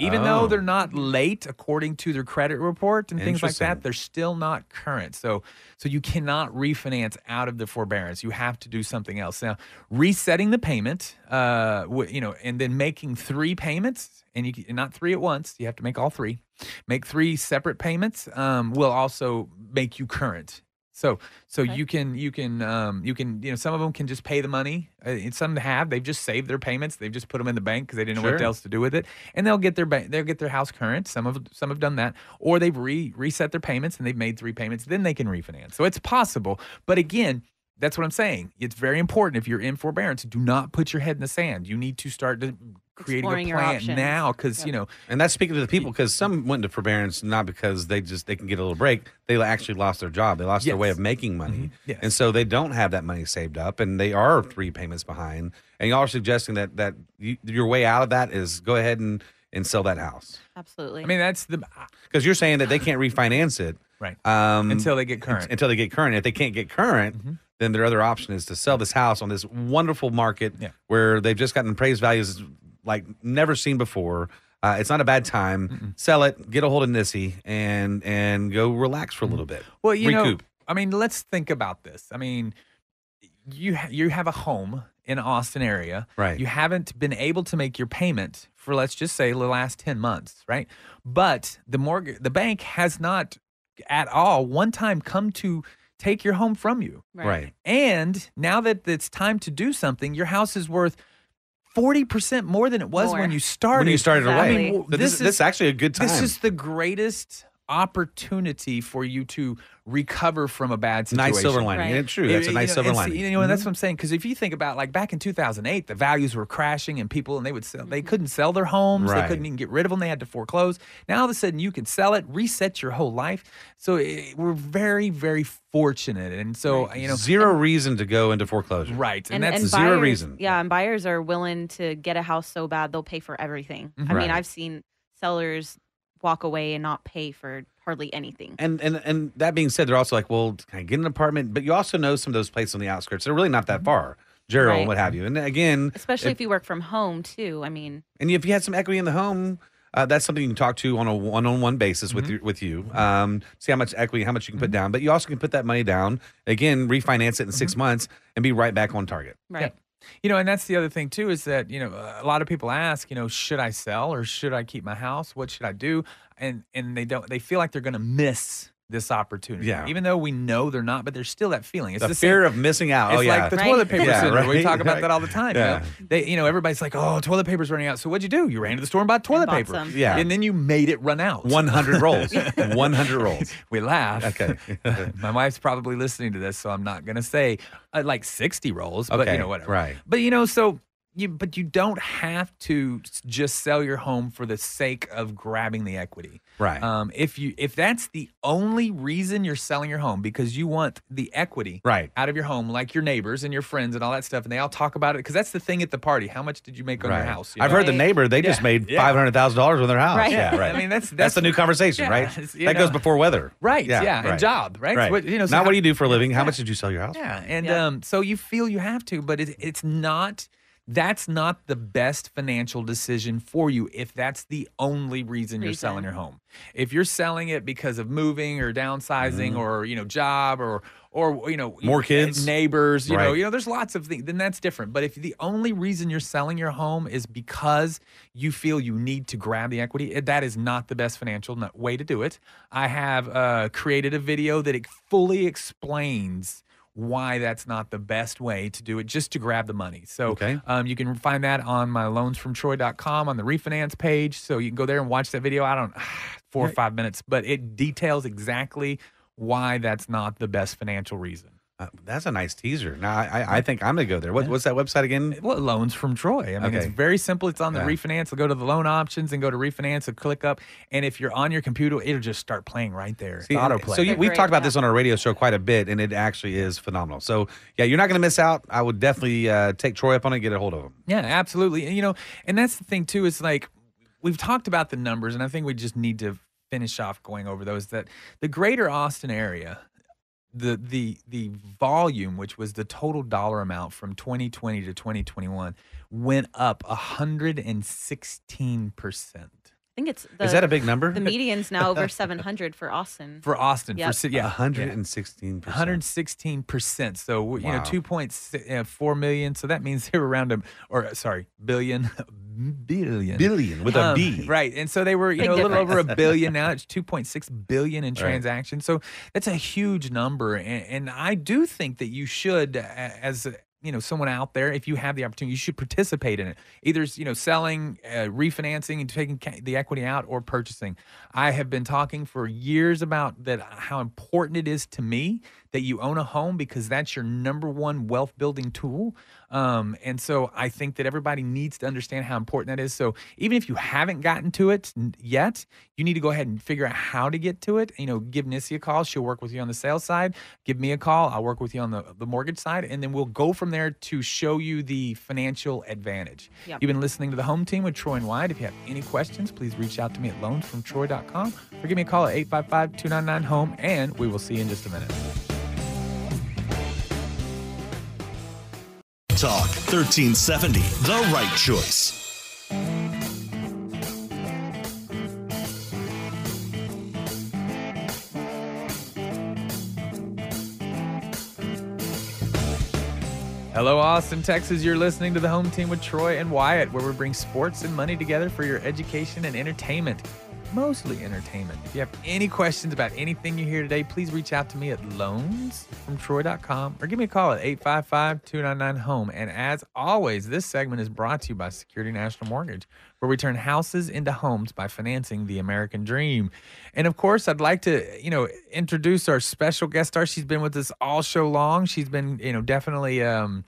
Even though Oh. they're not late according to their credit report and things like Interesting. that, they're still not current. So, so you cannot refinance out of the forbearance. You have to do something else. Now, resetting the payment, uh, wh- you know, and then making three payments, and you can, not three at once. You have to make all three. Make three separate payments um, will also make you current. So, so Okay. you can you can um, you can you know some of them can just pay the money. Uh, and some have they've just saved their payments. They've just put them in the bank because they didn't know what Sure. else to do with it, and they'll get their ba- they'll get their house current. Some of some have done that, or they've re- reset their payments and they've made three payments. Then they can refinance. So it's possible, but again. That's what I'm saying. It's very important if you're in forbearance, do not put your head in the sand. You need to start to creating Exploring a your plan options. now because Yep. you know And that's speaking to the people because some went into forbearance not because they just they can get a little break. They actually lost their job. They lost their way Yes. Mm-hmm. of making money, Yes. and so they don't have that money saved up, and they are three payments behind. And y'all are suggesting that that you, your way out of that is go ahead and and sell that house Absolutely. I mean that's the uh, because you're saying that they can't refinance it right um, until they get current. Mm-hmm. until they get current. If they can't get current, then their other option is to sell this house on this wonderful market Yeah. where they've just gotten appraised values like never seen before. Uh, it's not a bad time. Sell it, get a hold of Nissy, and and go relax for a little bit. Well, you recoup. know, I mean, let's think about this. I mean, you ha- you have a home in Austin area, Right. You haven't been able to make your payment for let's just say the last ten months, right? But the mortgage, the bank has not at all one time come to take your home from you. right. And now that it's time to do something, your house is worth forty percent more than it was More. when you started. When you started Exactly. away, I mean, So this, this is, this is- actually a good time. This is the greatest opportunity for you to recover from a bad situation. nice silver lining. Right. Yeah, true. That's a You nice know, silver and see- lining. Mm-hmm. You know, and that's what I'm saying. Because if you think about like back in 2008, the values were crashing, and people and they would sell. They couldn't sell their homes. They Mm. Right. couldn't even get rid of them. They had to foreclose. Now all of a sudden, you can sell it, reset your whole life. So it, we're very, very fortunate, and so you know, zero reason to go into foreclosure. right, and, that's zero buyers, reason. Yeah, and buyers are willing to get a house so bad they'll pay for everything. I Mm-hmm. Right. mean, I've seen sellers walk away and not pay for hardly anything. And and and that being said, they're also like, well, can I get an apartment? But you also know some of those places on the outskirts. They're really not Mm-hmm. that far, Gerald, Right. what have you. And again, Especially if- if, you work from home too. I mean, and if you had some equity in the home. Uh, that's something you can talk to on a one-on-one basis Mm-hmm. with your, with you. Um, see how much equity, how much you can put down, but you also can put that money down again, refinance it in six Mm-hmm. months, and be right back on target. right. You know, and that's the other thing too is that you know a lot of people ask, you know, should I sell or should I keep my house? What should I do? And and they don't. They feel like they're going to miss this opportunity. Yeah. Even though we know they're not, but there's still that feeling. It's the, the same- fear of missing out. It's oh yeah, like the Right. toilet paper Yeah, syndrome. We right, talk about right. that all the time. you know? Yeah. They, you know, everybody's like, "Oh, toilet paper's running out." So what'd you do? You ran to the store and bought toilet bought paper. some. Yeah. and then you made it run out. [LAUGHS] one [LAUGHS] hundred rolls, one hundred rolls. We laugh. Okay. [LAUGHS] My wife's probably listening to this, so I'm not gonna say uh, like 60 rolls, [LAUGHS] but Okay, you know whatever. right. But you know, so you but you don't have to s- just sell your home for the sake of grabbing the equity. Right. Um, if you if that's the only reason you're selling your home because you want the equity Right. out of your home, like your neighbors and your friends and all that stuff, and they all talk about it because that's the thing at the party. How much did you make on Right. your house? you I've know? heard the Right. neighbor they just Yeah. made Yeah. five hundred thousand dollars on their house. Right. Yeah, right. [LAUGHS] I mean, that's- that's- that's the new conversation, yeah, right? it's- you That know. goes before weather, Right. Yeah. And job. Right. Right. What- you know, so not how- what do you do for a living? How much did you sell your house? for? Yeah, and Yeah. um, so you feel you have to, but it, it's not. That's not the best financial decision for you if that's the only reason you're selling Reason. your home. If you're selling it because of moving or downsizing or you know job or or you know Mm-hmm. More kids? neighbors, you know, Right. you know, there's lots of things. Then that's different. But if the only reason you're selling your home is because you feel you need to grab the equity, eh, that is not the best financial no- way to do it. I have uh, created a video that it fully explains why that's not the best way to do it just to grab the money. So Okay. um, you can find that on my loansfromtroy.com on the refinance page. So you can go there and watch that video. I don't [SIGHS] four or five minutes, but it details exactly why that's not the best financial reason. Uh, that's a nice teaser. Now I, I, I think I'm gonna go there. What, What's that website again? Well, loans from Troy. I mean, it's Okay. very simple. It's on the Yeah. refinance. Go to the loan options and go to refinance and click up. And if you're on your computer, it'll just start playing right there. It's See, and- autoplay. So you, They're we've great, talked about yeah. this on our radio show quite a bit, and it actually is phenomenal. So yeah, you're not gonna miss out. I would definitely uh, take Troy up on it, and get a hold of him. Yeah, absolutely. And, you know, and that's the thing too is like we've talked about the numbers, and I think we just need to finish off going over those. That the greater Austin area, the the the volume, which was the total dollar amount from 2020 to 2021, went up 116 percent think it's the, is that a big number? the median's [LAUGHS] now over 700 for Austin. for Austin. For Yep. city, yeah, 116. One hundred sixteen percent. So w- you Wow. know, two point uh, four million. So that means they were around a, or uh, sorry, billion, [LAUGHS] billion, billion with a Um, B. Right. And so they were, you Big know, a little over [LAUGHS] difference. a billion now. It's 2.6 billion in Right. transactions. So that's a huge number. And, and I do think that you should, a- as a- you know, someone out there, if you have the opportunity, you should participate in it. Either you know, selling, uh, refinancing, and taking ca- the equity out, or purchasing. I have been talking for years about that how important it is to me that you own a home because that's your number one wealth building tool. Um, and so I think that everybody needs to understand how important that is. So even if you haven't gotten to it n- yet, you need to go ahead and figure out how to get to it. You know, give Nissi a call. She'll work with you on the sales side. Give me a call. I'll work with you on the, the mortgage side. And then we'll go from there to show you the financial advantage. Yep. You've been listening to the home team with Troy and Wide. If you have any questions, please reach out to me at loansfromtroy.com or give me a call at 855 299 home. And we will see you in just a minute. Talk 1370, the right choice. Hello, Austin, Texas. You're listening to the home team with Troy and Wyatt, where we bring sports and money together for your education and entertainment. Mostly entertainment. If you have any questions about anything you hear today, please reach out to me at loansfromtroy.com or give me a call at 855 299 home. E. And as always, this segment is brought to you by Security National Mortgage, where we turn houses into homes by financing the American dream. And of course, I'd like to, you know, introduce our special guest star. She's been with us all show long. She's been, you know, definitely um,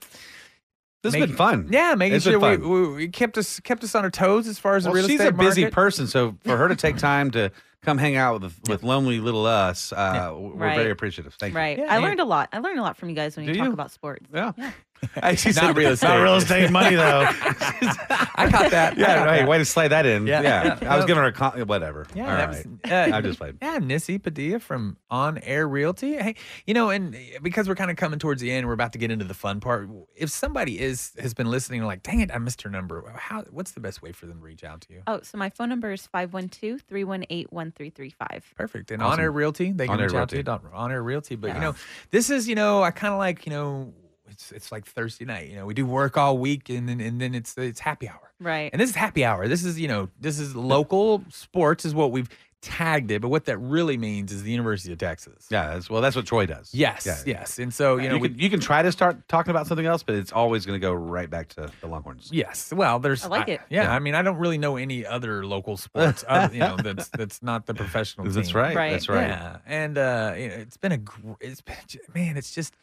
This has Make- been fun. yeah, making It's been sure we, fun. we, we kept us kept us on our toes as far as Well, the real she's estate a busy market. person, so for her [LAUGHS] to take time to come hang out with with lonely little us, uh, we're Right. very appreciative. Thank Right. Yeah, I and- learned a lot. I learned a lot from you guys when you Do talk you? about sports. you. Yeah. Yeah. [LAUGHS] Hey, she Not real estate. [LAUGHS] Not real estate [LAUGHS] money though. I caught [LAUGHS] that. I [LAUGHS] yeah. caught Right. that. Way to slide that in. Yeah. Yeah. [LAUGHS] I was giving her a con- whatever. Yeah, All that right. was, uh, I just played. Yeah, Nissi Padilla from On Air Realty. Hey, you know, and uh, because we're kind of coming towards the end, we're about to get into the fun part. If somebody is has been listening, like, dang it, I missed her number. How? What's the best way for them to reach out to you? Oh, so my phone number is 512 318 1335. Perfect. And Awesome. On Air Realty, they can On Air reach out to you. dot- On Air Realty. But, you know, this is, you know, I kind of like, you know, it's, it's like Thursday night. You know, we do work all week and then, and then it's, it's happy hour. Right. And this is happy hour. This is, you know, this is local sports is what we've tagged it. But what that really means is the University of Texas. Yeah. That's, well, that's what Troy does. Yes, Yeah. yes. And so, you know, you, we, can, you can try to start talking about something else, but it's always going to go right back to the Longhorns. yes. Well, there's I like it. yeah, I mean, I don't really know any other local sports, other, you know, that's that's not [LAUGHS] the professional team. That's right. Right. That's right. Yeah, and uh, you know, it's been a gr- it's been j- man, it's just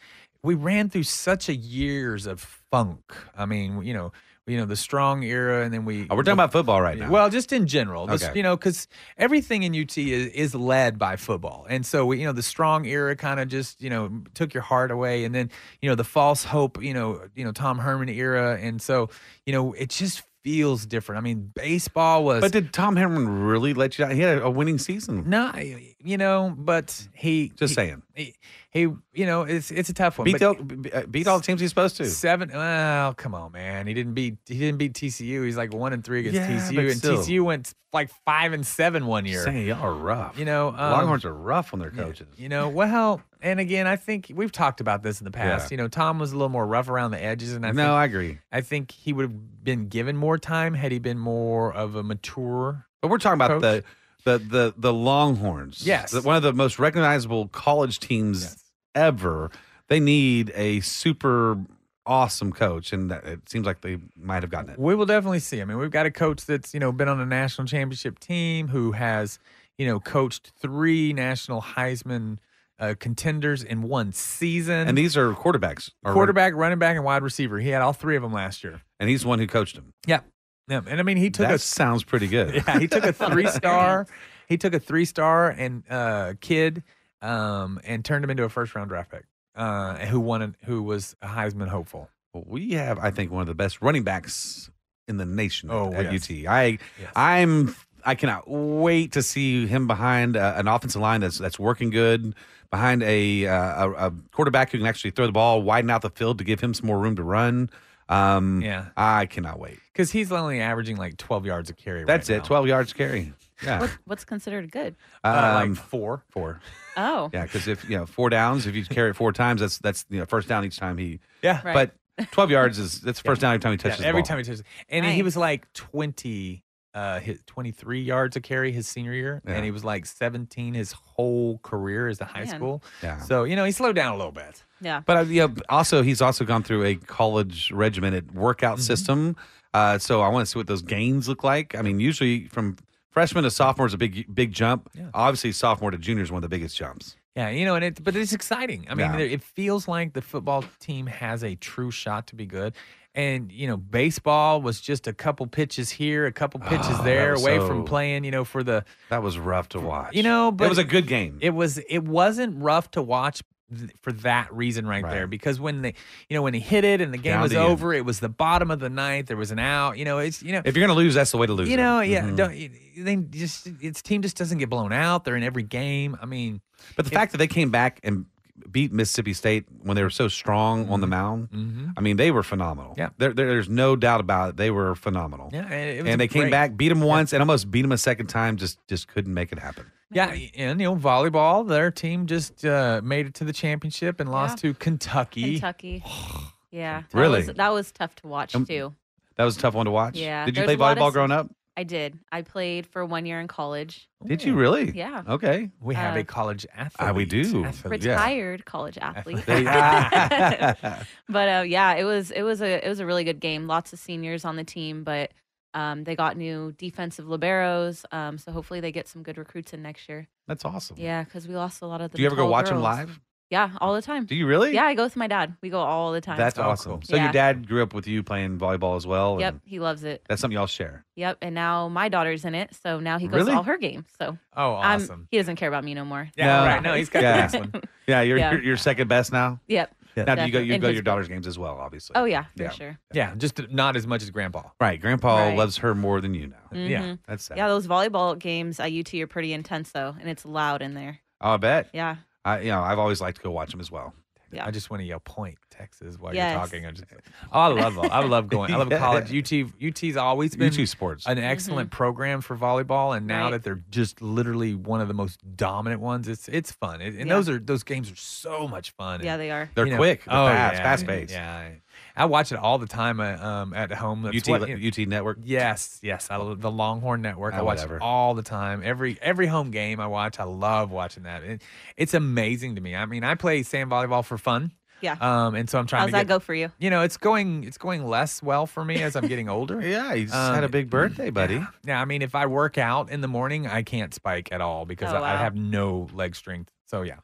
we ran through such a years of funk. I mean, you know, you know the strong era, and then we Oh, we're talking about football right now. Well, just in general, this, Okay. you know, because everything in UT is, is led by football, and so we, you know the strong era kind of just you know took your heart away, and then you know the false hope, you know, you know Tom Herman era, and so you know it just feels different. I mean, baseball was but did Tom Herman really let you down? He had a winning season. no, I- you know, but he Just he- saying. He, he, you know, it's it's a tough one. Beat, but the, b- uh, beat all the teams he's supposed to. seven. Well, come on, man. He didn't beat he didn't beat TCU. He's like one and three against Yeah, but TCU, and still. TCU went like five and seven one year. Saying y'all are rough. You know, um, Longhorns are rough on their coaches. You know, well, and again, I think we've talked about this in the past. Yeah. You know, Tom was a little more rough around the edges, and I think no, I agree. I think he would have been given more time had he been more of a mature. But we're talking Coach? about the the the the Longhorns. Yes. The- one of the most recognizable college teams Yes. ever. they need a super awesome coach, and that, it seems like they might have gotten it. We will definitely see. I mean, we've got a coach that's, you know, been on a national championship team who has, you know, coached three national Heisman uh, contenders in one season. And these are quarterbacks. or- quarterback, running back, and wide receiver. He had all three of them last year. and he's the one who coached him. Yeah. Yeah. And I mean, he took That a sounds pretty good. [LAUGHS] yeah, he took a three [LAUGHS] star. He took a three star and uh, kid, um, and turned him into a first round draft pick. Uh, who won? An, who was a Heisman hopeful? We have, I think, one of the best running backs in the nation at- Oh, at yes. UT. I, Yes. I'm, I cannot wait to see him behind uh, an offensive line that's that's working good, behind a, uh, a a quarterback who can actually throw the ball, widen out the field to give him some more room to run. Um, Yeah. I cannot wait. Because he's only averaging like twelve yards a carry. That's right it. now. Twelve yards carry. Yeah. What, what's considered good? Uh, Um, like four. four. Oh, Yeah, because if you know four downs, if you carry it four times, that's that's you know first down each time he. Yeah. Right. But twelve yards is that's the first down every time he Yeah, touches. the every ball. time he touches, and he Nice. was like twenty, uh, hit twenty three yards a carry his senior year, Yeah. and he was like seventeen his whole career as a high Man. school. Yeah. So you know he slowed down a little bit. yeah. But uh, yeah, also he's also gone through a college regimented workout Mm-hmm. system. Uh, so I want to see what those gains look like. I mean, usually from freshman to sophomore is a big big jump. Yeah. Obviously, sophomore to junior is one of the biggest jumps. Yeah, you know, and it, but it's exciting. I mean, Yeah. there- it feels like the football team has a true shot to be good. And you know, baseball was just a couple pitches here, a couple pitches Oh, that there, was away so- from playing. You know, for the That was rough to watch. you know, but it was a good game. it was it wasn't rough to watch th- for that reason right, Right. there because when they you know when he hit it and the game Down was to you. over, it was the bottom of the ninth. There was an out. You know, it's you know if you're gonna lose, that's the way to lose. you it. know yeah. Mhm. Don't you- they just its team just doesn't get blown out. They're in every game. I mean, But the It- fact that they came back and beat Mississippi State when they were so strong on the mound, I mean, they were phenomenal. Mm-hmm. Yeah. There, there- there's no doubt about it. They were phenomenal. yeah, it, it was And a they came great- back, beat them once, and almost beat them a second time. Just, just couldn't make it happen. Yeah, and you know volleyball, their team just uh, made it to the championship and lost to Kentucky. Kentucky. [SIGHS] Yeah. That Really? Was, that was tough to watch Um, too. That was a tough one to watch. Yeah, Did you play there's a lot of volleyball s- growing up? I did. I played for one year in college. Did you really? Yeah. Okay. We have Uh, a college athlete. Ah, we do. Athlete. Yeah. Retired college [LAUGHS] athlete. There [LAUGHS] you go. but uh, yeah, it was it was a it was a really good game. Lots of seniors on the team, but um, they got new defensive liberos. Um, so hopefully they get some good recruits in next year. That's awesome. Yeah, because we lost a lot of the. Do you ever go tall watch them girls. live? Yeah, all the time. Do you really? Yeah, I go with my dad. We go all the time. That's Oh, cool. awesome. So your Yeah. dad grew up with you playing volleyball as well. Yep, and he loves it. That's something y'all share. Yep, and now my daughter's in it, so now he goes Really? to all her games. So Oh, I'm- awesome. he doesn't care about me no more. yeah, No. right. No, he's got Yeah. the next one. Yeah. You're, Yeah. You're, you're second best now. Yep. Now do you go? Definitely. You In go to his your book. daughter's games as well, obviously. Oh yeah, for Yeah. sure. Yeah, just not as much as Grandpa. Right. Grandpa Right. loves her more than you now. Yeah. Mhm. That's sad. Yeah, those volleyball games at UT are pretty intense though, and it's loud in there. oh, I bet. Yeah. I, you know, I've always liked to go watch them as well. Yeah. I just want to yell point Texas while Yes. you're talking. I just, oh, I love it. I love going. I love [LAUGHS] Yeah. college. UT UT's always been YouTube sports. an excellent program for volleyball, and now Mm-hmm. Right. that they're just literally one of the most dominant ones, it's it's fun. It, and Yeah. those are those games are so much fun. Yeah, and- they are. They're you know- quick. They're Oh, fast. yeah, Fast paced. Yeah, I watch it all the time uh, um, at home. That's UT, what- le- UT network. Yes, yes. I love the Longhorn Network. Ah, I watch whatever. it all the time. Every every home game I watch, I love watching that. It, it's amazing to me. I mean, I play sand volleyball for fun. Yeah. Um, and so I'm trying How's to that get, go for you? You know, it's going it's going less well for me as I'm getting [LAUGHS] older. Yeah. He's Um, had a big birthday, buddy. Yeah. Yeah, I mean, if I work out in the morning, I can't spike at all because Oh, I, I wow. have no leg strength. So yeah.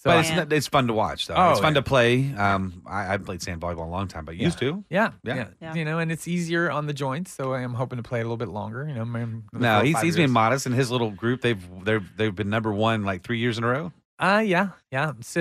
So But I- it's, Yeah. not, it's fun to watch, though. Oh, it's fun yeah. to play. Um, I, I played sand volleyball a long time, but used to. yeah, Yeah. yeah, Yeah. you know, and it's easier on the joints, so I am hoping to play it a little bit longer. You know, man, No, four, he's, five he's being years. modest. In his little group, they've they've they've been number one like three years in a row. Uh yeah, yeah. It's,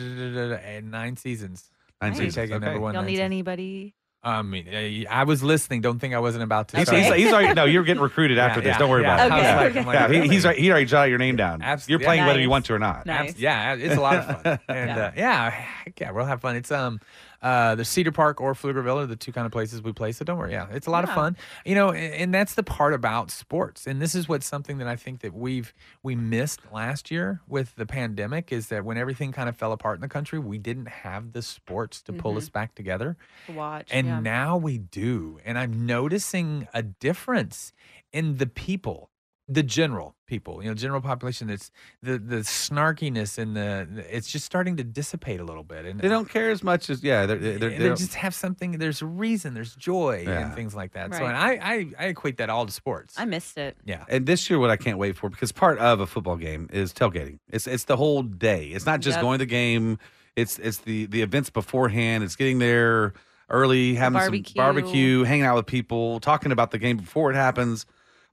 uh, nine seasons. Nine Nice. seasons. Taking Okay. number one. Y'all need nineteen. anybody? I mean, I- I was listening. Don't think I wasn't about to. He's, start. he's, he's already no. You're getting recruited [LAUGHS] after Yeah, this. yeah, Don't worry yeah. about it. Okay, Yeah. okay. I'm like, Yeah, he, he's really? right. He already jotted your name down. Abs- You're yeah. playing whether you Nice. want to or not. Nice. Abs- yeah, it's a lot of fun. And yeah, [LAUGHS] Yeah. uh, yeah, heck yeah, we'll have fun. It's um, uh, the Cedar Park or Pflugerville are the two kind of places we play. So don't worry. Yeah, it's a lot of Yeah. fun. You know, a- and, that's the part about sports. And this is what's something that I think that we've we missed last year with the pandemic is that when everything kind of fell apart in the country, we didn't have the sports to Mm-hmm. pull us back together. to watch. And yeah. now we do. And I'm noticing a difference in the people. the general people, you know, general population. It's the the snarkiness and the it's just starting to dissipate a little bit. And uh, They don't care as much as yeah. They're, they're, they they're, they don't- just have something. There's a reason. There's joy Yeah. and things like that. So Right. and I, I I equate that all to sports. I missed it. yeah. and this year, what I can't wait for because part of a football game is tailgating. It's it's the whole day. It's not just Yep. going to the game. It's it's the the events beforehand. It's getting there early, having barbecue. some barbecue, hanging out with people, talking about the game before it happens.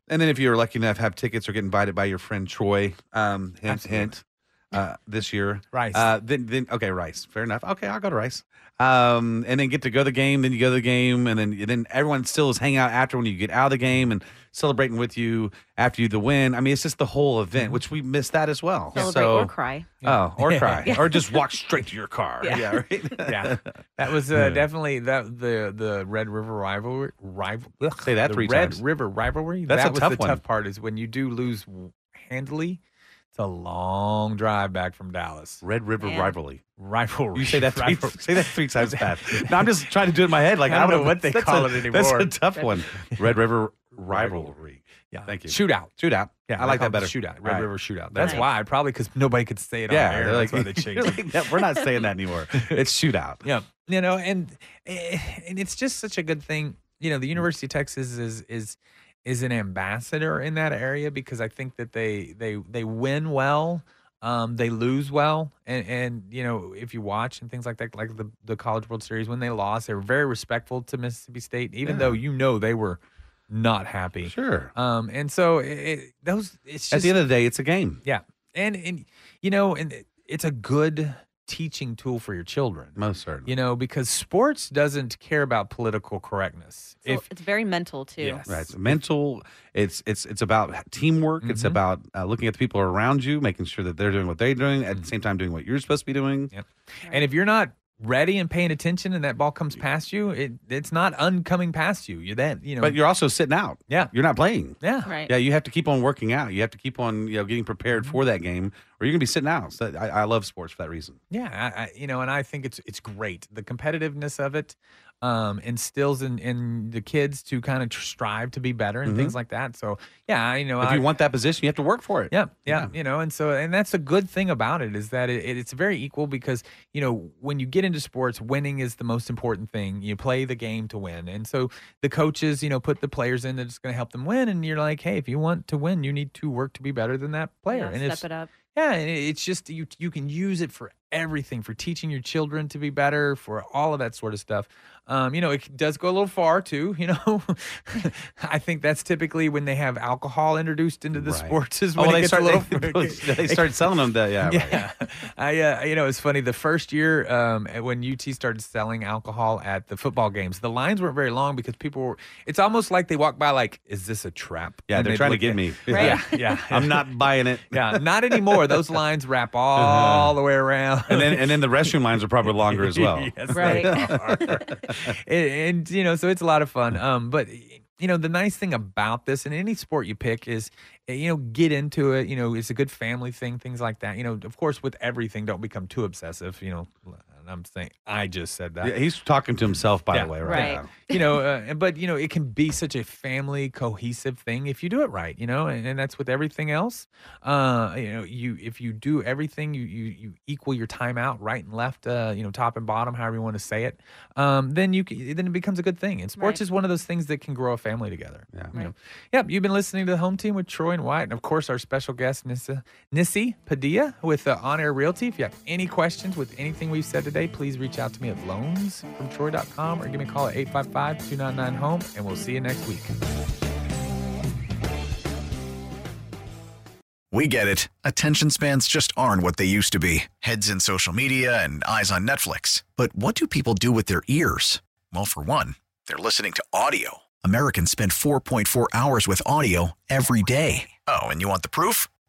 And then if you're lucky enough, to have tickets or get invited by your friend Troy. Um, hint, Absolutely. hint. Uh, this year, Rice. Uh, then, then okay, Rice. Fair enough. Okay, I'll go to Rice. Um, and then get to go to the game. Then you go to the game, and then and then everyone still is hanging out after when you get out of the game and celebrating with you after you the win. I mean, it's just the whole event, which we miss that as well. Celebrate so, or cry. Oh, Mm-hmm. or cry, or just walk straight to your car. Yeah, Yeah. right. yeah, that was uh, definitely that the the Red River rivalry. Rival, ugh, Say that the three Red times. River rivalry. That's a that was tough the one. tough part is when you do lose w- handily. It's a long drive back from Dallas. [LAUGHS] Red River Man. rivalry. Rivalry. You say that [LAUGHS] three, rivalry. say that three times [LAUGHS] fast. No, I'm just trying to do it in my head. Like I don't, know what they call a, it anymore. That's a tough one. Red River [LAUGHS] rivalry. Yeah. Thank you. Shootout. Shootout. Yeah, I like that call better. it Shootout. Red Right. River Shootout. That's Nice. why. Probably because nobody could say it on air. Yeah, they're That's like, why they [LAUGHS] they're changed it. like, "No, we're not [LAUGHS] saying that anymore. It's shootout. Yeah, you know, and eh, and it's just such a good thing. You know, the Mm. University of Texas is is is an ambassador in that area because I think that they they they win well, um, they lose well, and and you know if you watch and things like that, like the the College World Series when they lost, they were very respectful to Mississippi State, even though you know they were not happy. Sure. Um, and so it, it, those it's just At the end of the day, it's a game. yeah, and and you know, and it- it's a good teaching tool for your children Most certainly. you know, because sports doesn't care about political correctness. So if it's very mental too. Yes. Right. It's mental. It's it's it's about teamwork. It's Mhm. about uh, looking at the people around you, making sure that they're doing what they're doing, Mm. at the same time doing what you're supposed to be doing. and if you're not ready and paying attention, and that ball comes past you, it it's not uncoming past you. You then you know, But you're also sitting out. Yeah. You're not playing. yeah, Right. Yeah, you have to keep on working out. You have to keep on, you know, getting prepared Mm-hmm. for that game, or you're gonna be sitting out. So I, I love sports for that reason. yeah, I, I, you know, and I think it's it's great. The competitiveness of it um, instills in in the kids to kind of tr- strive to be better and things like that. So yeah, you know, If I, you want that position, you have to work for it. Yeah, yeah, you know, and so and that's a good thing about it is that it, it- it's very equal because you know when you get into sports, winning is the most important thing. You play the game to win, and so the coaches, you know, put the players in that's going to help them win. And you're like, hey, if you want to win, you need to work to be better than that player. Yeah, and step it's it up. yeah, and it- it's just you you can use it for everything for teaching your children to be better for all of that sort of stuff. Um, you know, it does go a little far too. [LAUGHS] You know, I think that's typically when they have alcohol introduced into the Right. sports is Oh, when well, it they gets start, a little. [LAUGHS] they, [LAUGHS] they start selling them. The, yeah, right. [LAUGHS] Yeah, I uh, you know it's funny. The first year um, when UT started selling alcohol at the football games, the lines weren't very long because people were. It's almost like they walk by like, "Is this a trap?" yeah, And they're they'd trying to look get at- me. [LAUGHS] Right. Yeah. Yeah, I'm not buying it. yeah, not anymore. Those lines wrap all the way around. Uh-huh. And then and [LAUGHS] then the restroom lines are probably longer [LAUGHS] as well. Yes, they Right. are. and, and, you know, so it's a lot of fun. Um, but you know, the nice thing about this and any sport you pick is, eh, you know, get into it. You know, it's a good family thing, things like that. You know, of course, with everything, don't become too obsessive. You know, and I'm saying I just said that. Yeah, he's talking to himself, by Yeah. the way, right, Right. now. you know, uh, and- but you know, it can be such a family cohesive thing if you do it right, you know, and, and that's with everything else. Uh, you know, you if you do everything, you you you equal your time out, right and left, uh, you know, top and bottom, however you want to say it. Um, then you c- then it becomes a good thing. And sports Right. is one of those things that can grow a family together. Yeah. You know? Yep. You've been listening to the Home Team with Troy and White, and of course our special guest Nissa Nissi Padilla with uh, On Air Realty. If you have any questions with anything we've said today, please reach out to me at loansfromtroy.com or give me a call at 855-299-HOME, and we'll see you next week. We get it. Attention spans just aren't what they used to be heads in social media and eyes on Netflix. But what do people do with their ears? Well, for one, they're listening to audio. Americans spend 4.4 hours with audio every day. Oh, and you want the proof?